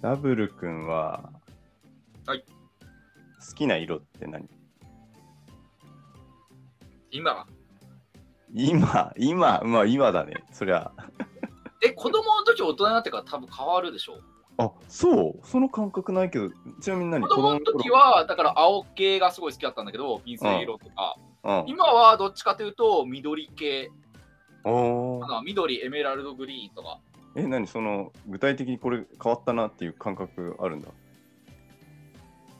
ダブル君は、はい。好きな色って何今は。今、今、まあ今だね。そりゃ。え、子供の時大人になってから多分変わるでしょう。あ、そうその感覚ないけど、ちなみに何子供の時は、だから青系がすごい好きだったんだけど、水色とか。頃うん。今はどっちかというと、緑系。おあーの緑、エメラルドグリーンとか。え、何その、具体的にこれ変わったなっていう感覚あるんだ。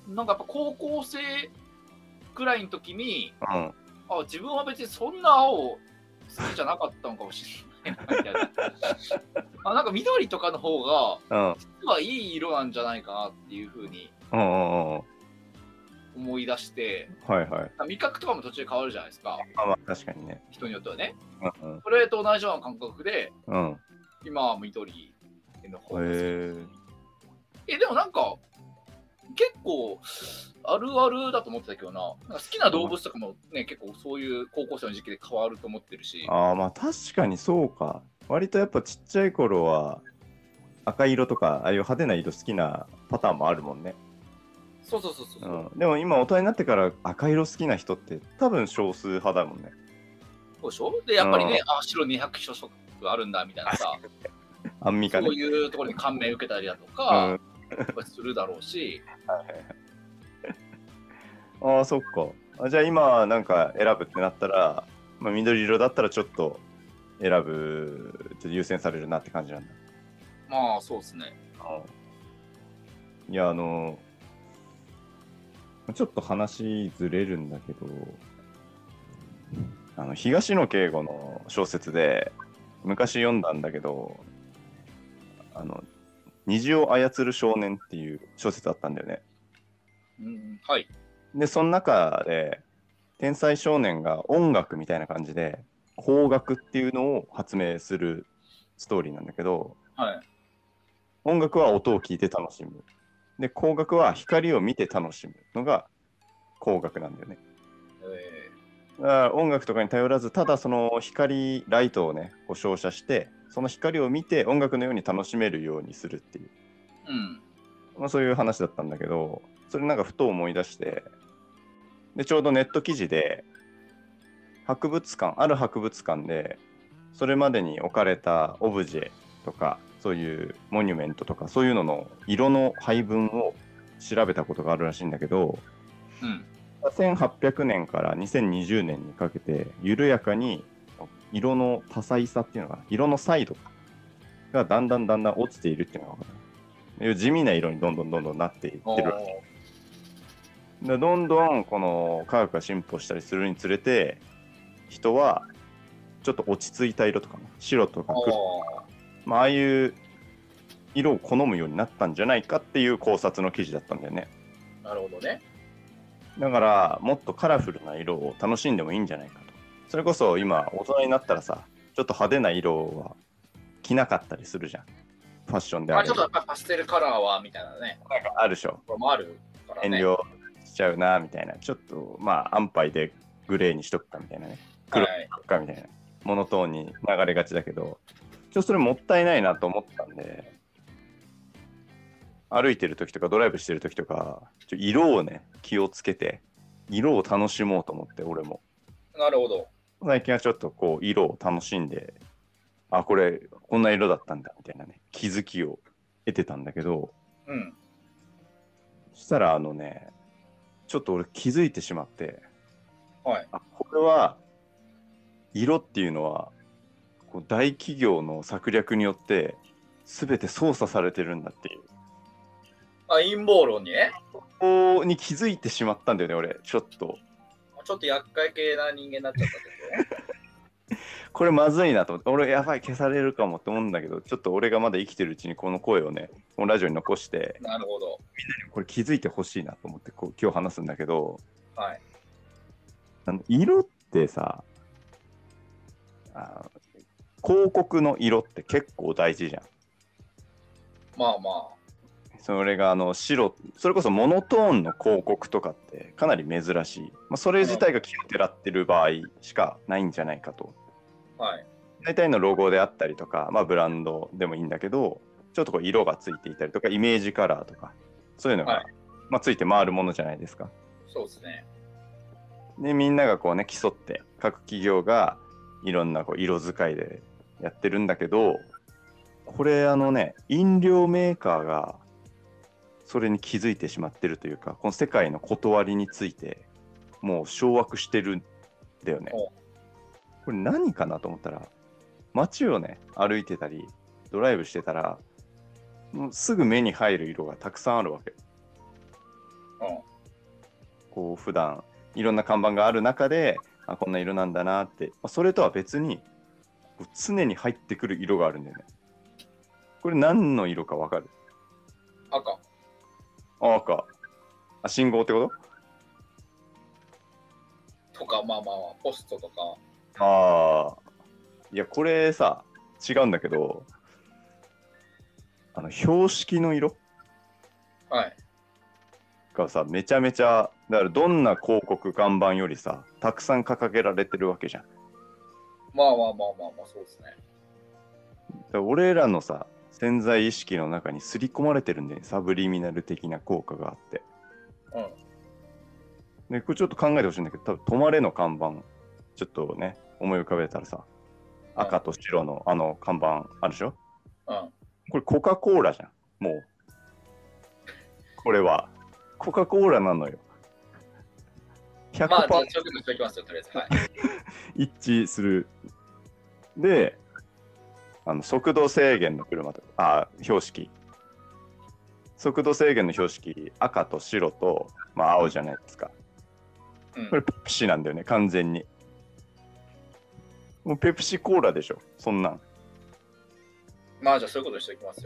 なんかやっぱ高校生くらいの時に、うん。あ、自分は別にそんな青好きじゃなかったのかもしれないな みたいな。あなんか緑とかの方が、うん。実はいい色なんじゃないかなっていうふうにうんうんうんうん。思い出して、はいはい。味覚とかも途中で変わるじゃないですか、まあまあ確かにね。人によってはね。うんうんそれと同じような感覚で、うん。へ今は緑の方が好きえ。え、でもなんか、結構、あるあるだと思ってたけどな、なんか好きな動物とかもね、結構そういう高校生の時期で変わると思ってるし、ああ、まあ確かにそうか。割とやっぱちっちゃい頃は、赤色とか、ああいう派手な色好きなパターンもあるもんね。そうそうそうそうう、ん、でも今大人になってから赤色好きな人って多分少数派だもんね。そうでしょで、やっぱりね、あ、白200色あるんだみたいなさ、アンミカそねう。いうところに感銘受けたりだとか、やっぱりするだろうし、うん、ああ、そっか。あじゃあ今なんか選ぶってなったら、まあ、緑色だったらちょっと選ぶ、ちょっと優先されるなって感じなんだ。まあそうですね。いや、あの、ちょっと話ずれるんだけど、あの東野圭吾の小説で、昔読んだんだけど、あの、虹を操る少年っていう小説あったんだよね。うん、はい。で、その中で、天才少年が音楽みたいな感じで、邦楽っていうのを発明するストーリーなんだけど、はい。音楽は音を聞いて楽しむ。で、光学は光を見て楽しむのが光学なんだよね。えだから音楽とかに頼らず、ただその光、ライトをね、こう照射して、その光を見て音楽のように楽しめるようにするっていう、ーうん。まあ、そういう話だったんだけど、それなんかふと思い出して、で、ちょうどネット記事で、博物館、ある博物館で、それまでに置かれたオブジェとかそういうモニュメントとかそういうのの色の配分を調べたことがあるらしいんだけどうん。 1800年から2020年にかけて緩やかに色の多彩さっていうのかな色の彩度がだんだんだんだん落ちているっていうのが分かる地味な色にどんどんどんどんなっていってるおわーけでどんどんこの科学が進歩したりするにつれて人はちょっと落ち着いた色とかね白とか黒おーまあ、ああいう色を好むようになったんじゃないかっていう考察の記事だったんだよねなるほどね。だからもっとカラフルな色を楽しんでもいいんじゃないかとそれこそ今大人になったらさちょっと派手な色は着なかったりするじゃんファッションでああれちょっとやっぱりパステルカラーはみたいなね、あるでしょこれもあるからね。遠慮しちゃうなみたいなちょっとまあ安牌でグレーにしとくかみたいなね黒はい。とかみたいなモノトーンに流れがちだけどちょっとそれもったいないなと思ったんで歩いてる時とかドライブしてる時とかちょ色をね気をつけて色を楽しもうと思って俺もなるほど。最近はちょっとこう色を楽しんであこれこんな色だったんだみたいなね気づきを得てたんだけどうん。そしたらあのねちょっと俺気づいてしまってはい。あこれは色っていうのはこう大企業の策略によって全て操作されてるんだっていうあ、陰謀論にね。ここに気づいてしまったんだよね俺ちょっとちょっと厄介系な人間になっちゃったけどね。これまずいなと思って俺やばい消されるかもって思うんだけどちょっと俺がまだ生きてるうちにこの声をねこのラジオに残してなるほど。 これ気づいてほしいなと思ってこう今日話すんだけどはい。あの色ってさあ広告の色って結構大事じゃんまあまそれがあの白それこそモノトーンの広告とかってかなり珍しい、まあ、それ自体が気をてらってる場合しかないんじゃないかとあ。はい。大体のロゴであったりとか、まあ、ブランドでもいいんだけどちょっとこう色がついていたりとかイメージカラーとかそういうのが、はいまあ、ついて回るものじゃないですか。そうですね。でみんながこうね競って各企業がいろんなこう色使いでやってるんだけどこれあのね飲料メーカーがそれに気づいてしまってるというかこの世界の断りについてもう掌握してるんだよね。おこれ何かなと思ったら街をね歩いてたりドライブしてたらもうすぐ目に入る色がたくさんあるわけ。うん。こう普段いろんな看板がある中であこんな色なんだなって、まあ、それとは別にこう常に入ってくる色があるんだよねこれ何の色かわかる赤。あ赤あ信号ってこととか、まあまあまあ、ポストとか。ああいやこれさ違うんだけどあの標識の色はい。がさめちゃめちゃだからどんな広告看板よりさたくさん掲げられてるわけじゃんまあまあまあまあまあ、そうですね。だから俺らのさ潜在意識の中に刷り込まれてるんでサブリミナル的な効果があってうん。でこれちょっと考えてほしいんだけど多分「止まれ」の看板ちょっとね思い浮かべたらさうん赤と白のあの看板あるでしょうん。これコカ・コーラじゃんもうこれはコカ・コーラなのよ100%、まあ、じゃあ、ちょっとしておきますよ、とりあえず。はい。一致する。で、あの速度制限の車とか、あ、標識。速度制限の標識、赤と白と、まあ、青じゃないですか。うんこ れ、ペプシなんだよね、完全に。もうペプシコーラでしょ、そんなん。まあ、じゃあ、そういうことにしておきますよ。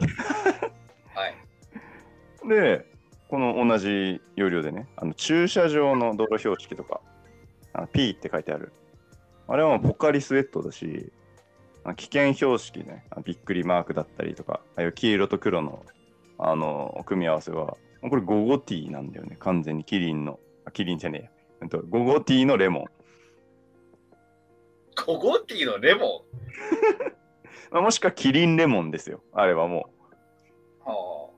はい。で、この同じ要領でね、あの駐車場の道路標識とか、あの P って書いてある。あれはもうポカリスエットだし、あの危険標識ね、あのびっくりマークだったりとか、ああいう黄色と黒のあの組み合わせは、もうこれゴゴティーなんだよね、完全にキリンの、あキリンじゃねえやうんと、ゴゴティーのレモン。コゴティのレモまあ、もしくはキリンレモンですよ、あれはもう。ン。は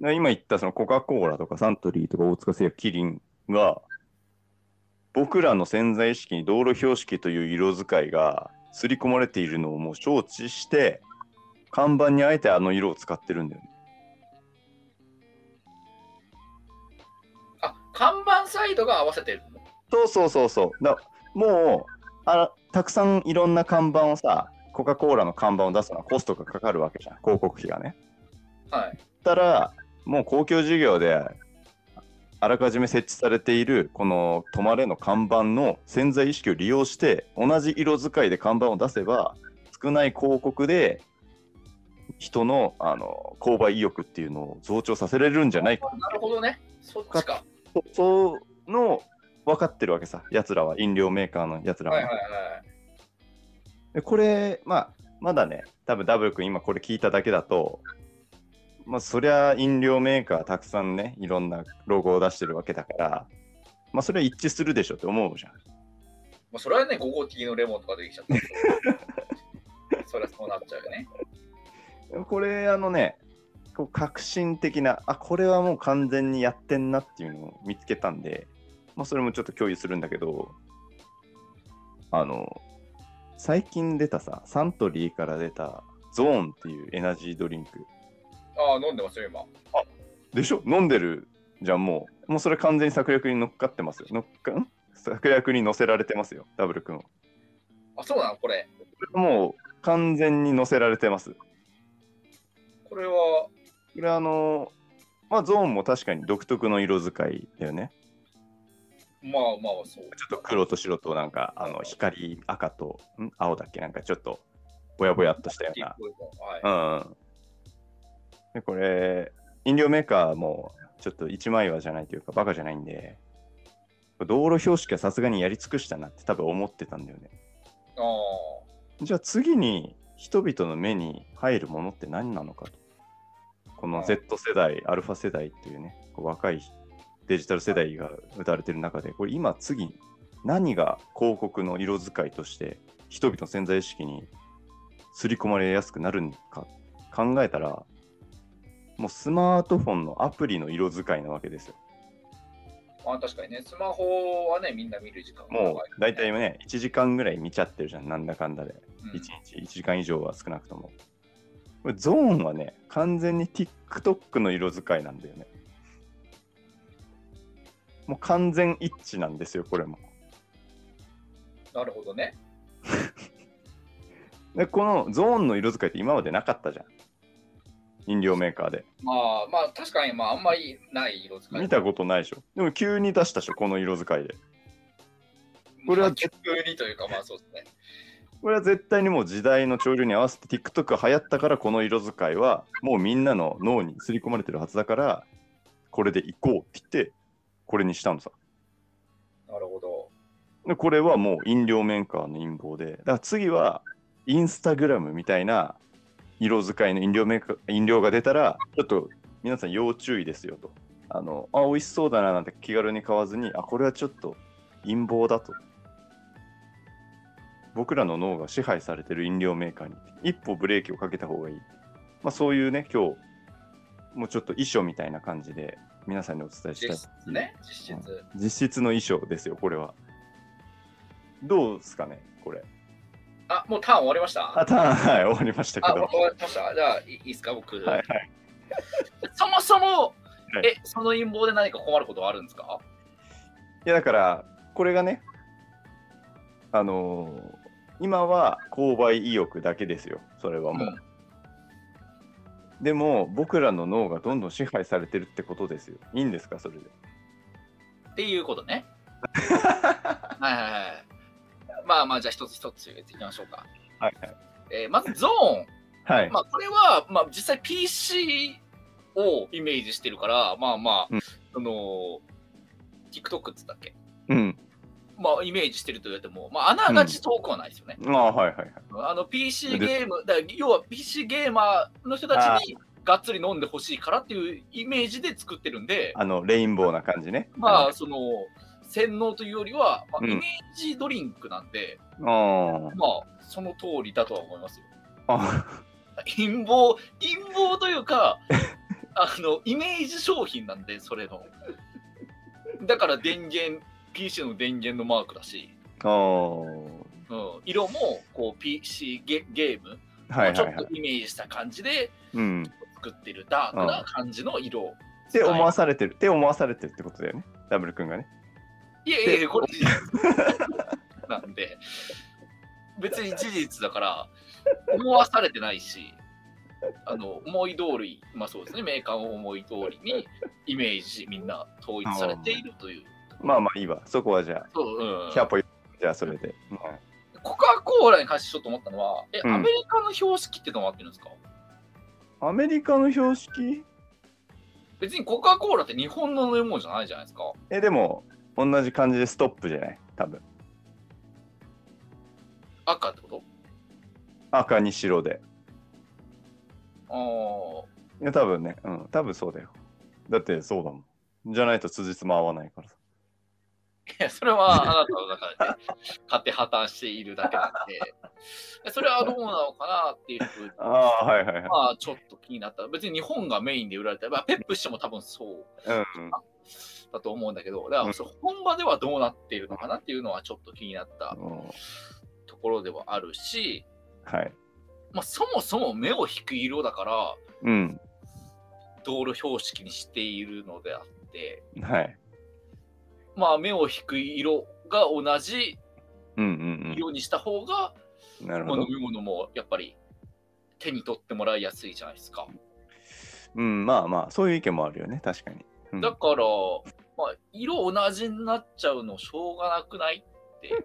な今言ったそのコカ・コーラとかサントリーとか大塚製薬キリンが僕らの潜在意識に道路標識という色使いが刷り込まれているのをもう承知して看板にあえてあの色を使ってるんだよね。あ。あ、看板サイドが合わせてるの。そうそうそうそう。だもうあたくさんいろんな看板をさコカ・コーラの看板を出すのはコストがかかるわけじゃん広告費がね。はい。ったらもう公共事業であらかじめ設置されているこの「止まれ」の看板の潜在意識を利用して同じ色使いで看板を出せば少ない広告で人のあの購買意欲っていうのを増長させれるんじゃないかなるほどね。そっちか。そそうの分かってるわけさやつらは飲料メーカーのやつらは。はいはいはい。でこれ、まあ、まだね、多分 W 君今これ聞いただけだと、まあ、そりゃ飲料メーカーたくさんね、いろんなロゴを出してるわけだから、まあ、それは一致するでしょって思うじゃん。まあ、それはね、ゴゴティのレモンとかできちゃっ た。そりゃそうなっちゃうよね。でもこれ、あのね、こう革新的な、あ、これはもう完全にやってんなっていうのを見つけたんで、まあ、それもちょっと共有するんだけど、あの、最近出たさ、サントリーから出たゾーンっていうエナジードリンク、ああ、飲んでますよ、今。でしょ飲んでるじゃんもうもうそれ完全に策略に乗っかってますよ乗っかん策略に乗せられてますよダブル君はあ、そうなのこれ。もう完全に乗せられてますここれは、れあのまあゾーンも確かに独特の色使いだよねまあまあ、そう。ちょっと黒と白となんかあの光赤とん青だっけなんかちょっとぼやぼやっとしたようなはい。うんでこれ飲料メーカーもちょっと一枚岩じゃないというかバカじゃないんで道路標識はさすがにやり尽くしたなって多分思ってたんだよねああ。じゃあ次に人々の目に入るものって何なのかとこのはい Z 世代アルファ世代っていうねこう若いデジタル世代が打たれてる中でこれ今次何が広告の色使いとして人々の潜在意識に刷り込まれやすくなるのか考えたらもうスマートフォンのアプリの色使いなわけですよ。まあ確かにね、スマホはね、みんな見る時間が長いもう大体ね、1時間ぐらい見ちゃってるじゃん、なんだかんだで。うん1日、1時間以上は少なくとも。これゾーンはね、完全に TikTok の色使いなんだよね。もう完全一致なんですよ、これも。なるほどね。で、このゾーンの色使いって今までなかったじゃん。飲料メーカーで。まあまあ確かに、まああんまりない色使い。見たことないでしょ。でも急に出したでしょ、この色使いで。これはまあ急にというか、まあそうですね。これは絶対にもう時代の潮流に合わせて TikTok が流行ったからこの色使いはもうみんなの脳に刷り込まれてるはずだからこれでいこうって言ってこれにしたのさなるほど。でこれはもう飲料メーカーの陰謀でだから次はインスタグラムみたいな色使いの飲料メーカー飲料が出たらちょっと皆さん要注意ですよとあのあ美味しそうだななんて気軽に買わずにあこれはちょっと陰謀だと僕らの脳が支配されてる飲料メーカーに一歩ブレーキをかけた方がいい、まあ、そういうね今日もうちょっと遺書みたいな感じで皆さんにお伝えした実い質ね、実質。実質の衣装ですよ、これは。どうですかね、これ。あ、もうターン終わりました。あ、ターン、はい、終わりましたあ、け終ど。はわりました。じゃあ、いいいですか、僕。いはい。 そもそも、はいえ、その陰謀で何か困ることはあるんですかいや、だから、これがね、あのー今は購買意欲だけですよ、それはもう。でも、僕らの脳がどんどん支配されてるってことですよ。いいんですか、それで。っていうこと ね。はいはいはい。まあまあ、じゃあ一つ一つ言っていきましょうか。はいはい。えーまずゾはーいン。。まあ、これは、まあ、実際 PC をイメージしてるから、まあまあ、うんその、TikTok っつったっけうん。まあ、イメージしてると言われても、まあ、あながち遠くはないですよね。ああ、はいはいはい。あの PC ゲーム、だから要は PC ゲーマーの人たちにがっつり飲んでほしいからっていうイメージで作ってるんで、あの、レインボーな感じね。まああ、その、洗脳というよりは、まあ、うんイメージドリンクなんで、ー。まあ、その通りだとは思いますよ。あ陰謀、陰謀という か、あの、イメージ商品なんで、それの。だから電源、PC の電源のマークだし、あー。うん、色も、こう、PC ゲゲームはいをちはょいっはいと。イメージした感じで、うん。作ってるダークな感じの色。って思わされてる、って思わされてるってことだよね。ダブル君がね。いやいやいや、これ事実 なんで、別に事実だから、思わされてないし、あの思い通り、まあそうですね、メーカーを思い通りにイメージ、みんな統一されているという。まあまあいいわ。そこはじゃそううあ、んキャポイ、じゃあそれで。うんコカ・コーラに関してちょっと思ったのは、え、うんアメリカの標識ってどうなってるんですかアメリカの標識別にコカ・コーラって日本の飲み物じゃないじゃないですか。え、でも、同じ感じでストップじゃない多分。赤ってこと赤に白で。ああ。いや、多分ね。うん、多分そうだよ。だってそうだもん。じゃないと辻褄合わないからさ。いや、それはあなたの中で勝手破綻しているだけなんで、それはどうなのかなっていうふうに、ああ、はいはいはい。まあちょっと気になった。別に日本がメインで売られたら、まあ、ペップしても多分そううん。だと思うんだけど、だからそう本場ではどうなっているのかなっていうのはちょっと気になったうんところではあるし、はい。まあ、そもそも目を引く色だから、うん。道路標識にしているのであって、はい。まあ目を引く色が同じうん色にした方が、うんうん。なるまほあ飲ど。み物もやっぱり手に取ってもらいやすいじゃないですか。うん、まあまあ、そういう意見もあるよね。確かに。うんだから、まあ、色同じになっちゃうのしょうがなくないって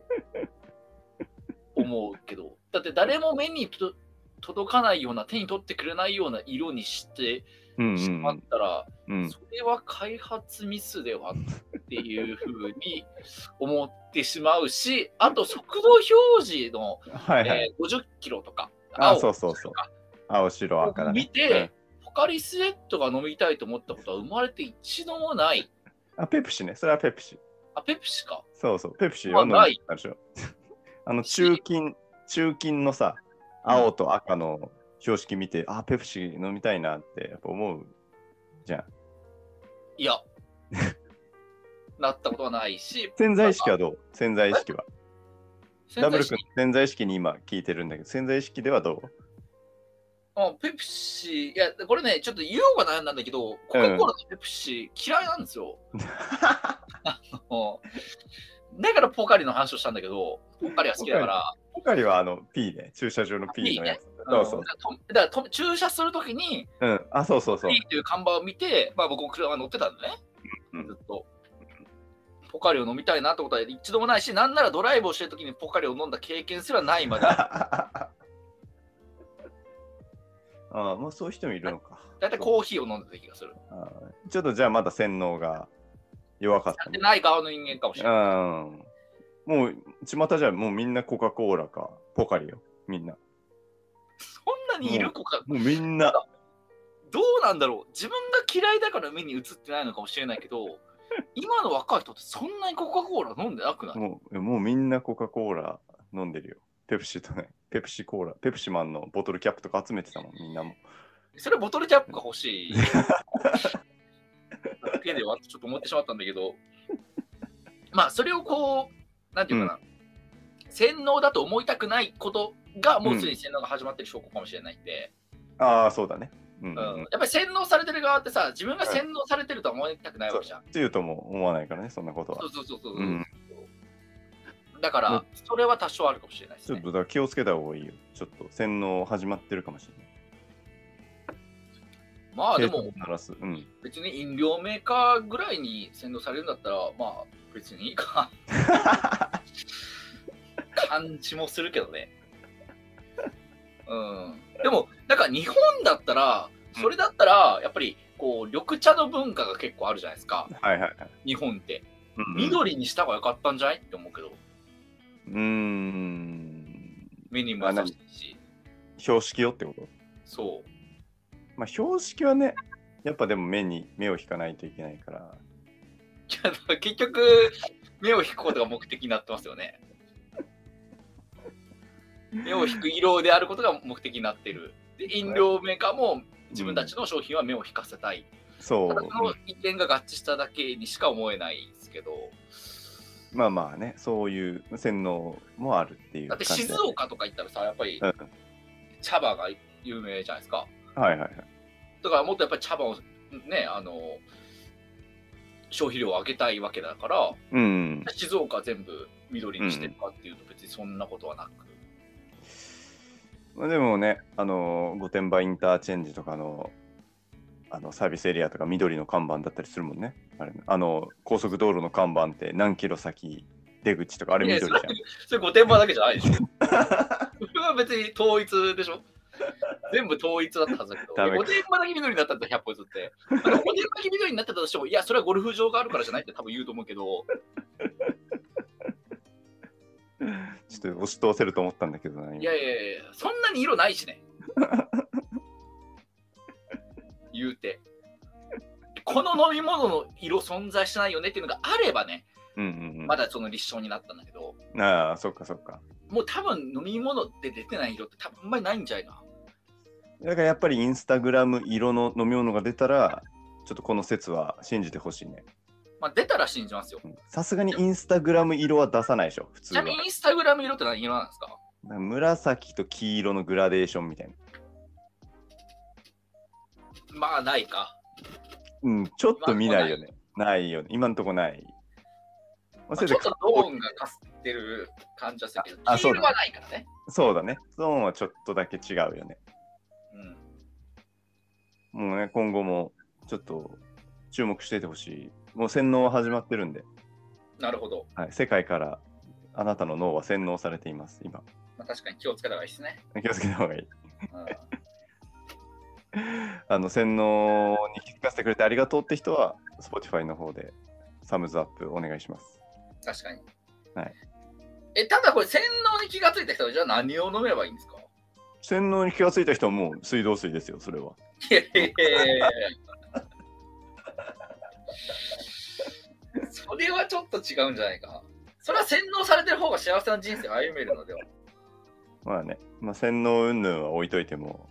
思うけど、 だって誰も目にと届かないような、手に取ってくれないような色にしてうんしまったら、うんうん。それは開発ミスではっていうふうに 思ってしまうし、あと速度表示の、はいはい。えー50キロとか、あ青そうそうそうとか青、白、赤だね。見て、ポカリスエットが飲みたいと思ったことは生まれて一度もなうい。んあ、ペプシね。それはペプシ。あ、ペプシか。そうそう、ペプシーは飲んないだでしょ。 あの中金、中金のさ、青と赤の標識見て、あ、ペプシー飲みたいなってやっぱ思うじゃん。いや、なったことはないし、潜在意識はどう潜在意識は。潜ダブ在意ル君識、潜在意識に今聞いてるんだけど、潜在意識ではどうあペプシー、いや、これね、ちょっと言おうか悩んだんだけど、コカ・コーラとペプシー嫌いなんで すよ。うんだからポカリの話をしたんだけど、ポカリは好きだから、ポカリはあの P ね、駐車場の P のやつ。うそんうそう。だからとだからと注射するときに、うん。あ、そうそうそうい。いっていう看板を見て、まあ僕も車乗ってたんでね、うんずっと。ポカリを飲みたいなってことは一度もないし、なんならドライブをしてるときにポカリを飲んだ経験すらな いまで。だ ああ、もうそういう人もいるのか。いたいコーヒーを飲んだ気がする。あーちょっとじゃあまだ洗脳が弱かっやたっねて。ない側の人間かもしれない。うん。もう、巷じゃもうみんなコカ・コーラか、ポカリよ。みんな。そんなにいる子か、もうみん な。どうなんだろう。自分が嫌いだから目に映ってないのかもしれないけど、今の若い人ってそんなにコカ・コーラ飲んでなくないもう、もうみんなコカ・コーラ飲んでるよ。ペプシとね、ペプシコーラ、ペプシマンのボトルキャップとか集めてたもん、みんなも。それボトルキャップが欲しい。だけではちょっと思ってしまったんだけど、まあそれをこう、なんていうかな、洗脳だと思いたくないことがもうすでに洗脳が始まってる証拠かもしれないんで、ああ、そうだね。うん、ううんん。やっぱり洗脳されてる側ってさ、自分が洗脳されてるとは思いたくないわけじゃん。っていうとも思わないからね、そんなことはそ。うそうそうそう。うんだから、それは多少あるかもしれないですちょっねと。だから気をつけた方がいいよ。ちょっと洗脳始まってるかもしれない。まあで警も鐘、鳴らす。うん。別に飲料メーカーぐらいに洗脳されるんだったら、まあ、別にいいか。感じもするけどね。うん。でも、なんか日本だったら、それだったら、やっぱり、こう、緑茶の文化が結構あるじゃないですか。はいはいはい。日本って。うん緑にした方が良かったんじゃないって思うけど、うーん。目にも優しいし。標識よってことそう。まあ、標識はね、やっぱでも目に目を引かないといけないから。いやだから 結局目を引くことが目的になってますよね。目を引く色であることが目的になってる。で飲料メーカーも自分たちの商品は目を引かせたい。そうただ。その意見が合致しただけにしか思えないですけど、まあまあね、そういう洗脳もあるっていうだっ感じ。て静岡とか行ったらさ、やっぱりうん茶葉が有名じゃないですか。はいはいはい。だからもっとやっぱり茶葉をね、あの消費量を上げたいわけだから、うん。静岡全部緑にしてるかっていうと、別にそんなことはなく。まあ、でもね、あのー御殿場インターチェンジとかのあのサービスエリアとか緑の看板だったりするもんね。あれあの高速道路の看板って何キロ先出口とかあれいや緑じゃん。それ御殿場だけじゃない でしょ。それは別に統一でしょ。全部統一だったはずだけど、ダメか御殿場だけ緑になったんだ、100歩譲って。あの御殿場だけ緑になってたとしても、いや、それはゴルフ場があるからじゃないって多分言うと思うけど、ちょっと押し通せると思ったんだけどな、今いやいやいや、そんなに色ないしね。言うて。この飲み物の色存在しないよねっていうのがあればね、うんうんうん。まだその立証になったんだけど、ああ、そっかそっか。もう多分飲み物で出てない色って多分あんまりないんじゃないかな。だからやっぱりインスタグラム色の飲み物が出たら、ちょっとこの説は信じてほしいね。まあ出たら信じますよ。うんさすがにインスタグラム色は出さないでしょ、普ち通なは。みにインスタグラム色って何色なんですかなんか紫と黄色のグラデーションみたいな。まあないか。うん、ちょっと見ないよね。ないよね。今んとこない。まあませあいちぜょいっとローンがかすってる感じはするけど、ああ黄色はないからね。そうだね。ゾーンはちょっとだけ違うよね。うん、もうね、今後もちょっと注目していてほしい。もう洗脳は始まってるんで、なるほど。はい、世界からあなたの脳は洗脳されています、今。まあ、確かに気をつけた方がいいですね。気をつけた方がいい。うん、 あの、洗脳に気づかせてくれてありがとうって人は、Spotify の方でサムズアップお願いします。確かに。はいえただこれ洗脳に気がついた人はじゃあ何を飲めばいいんですか洗脳に気がついた人はもう水道水ですよ、それは。いやいやいやいや それはちょっと違うんじゃないかな。それは洗脳されてる方が幸せな人生を歩めるのでは。まあね、まあ、洗脳云々は置いといても、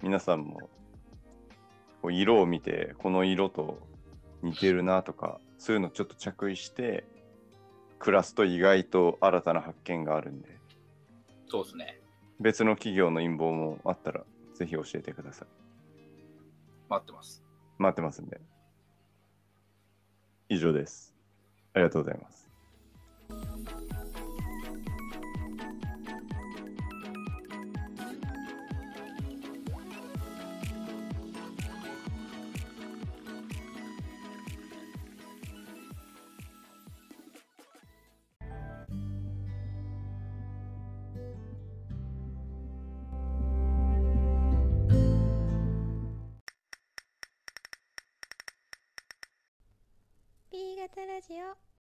皆さんも、こう色を見てこの色と似てるなとかそういうのちょっと着衣して暮らすと意外と新たな発見があるんでそうですね。別の企業の陰謀もあったらぜひ教えてください待ってます。待ってますんで以上ですありがとうございますー型ラジオ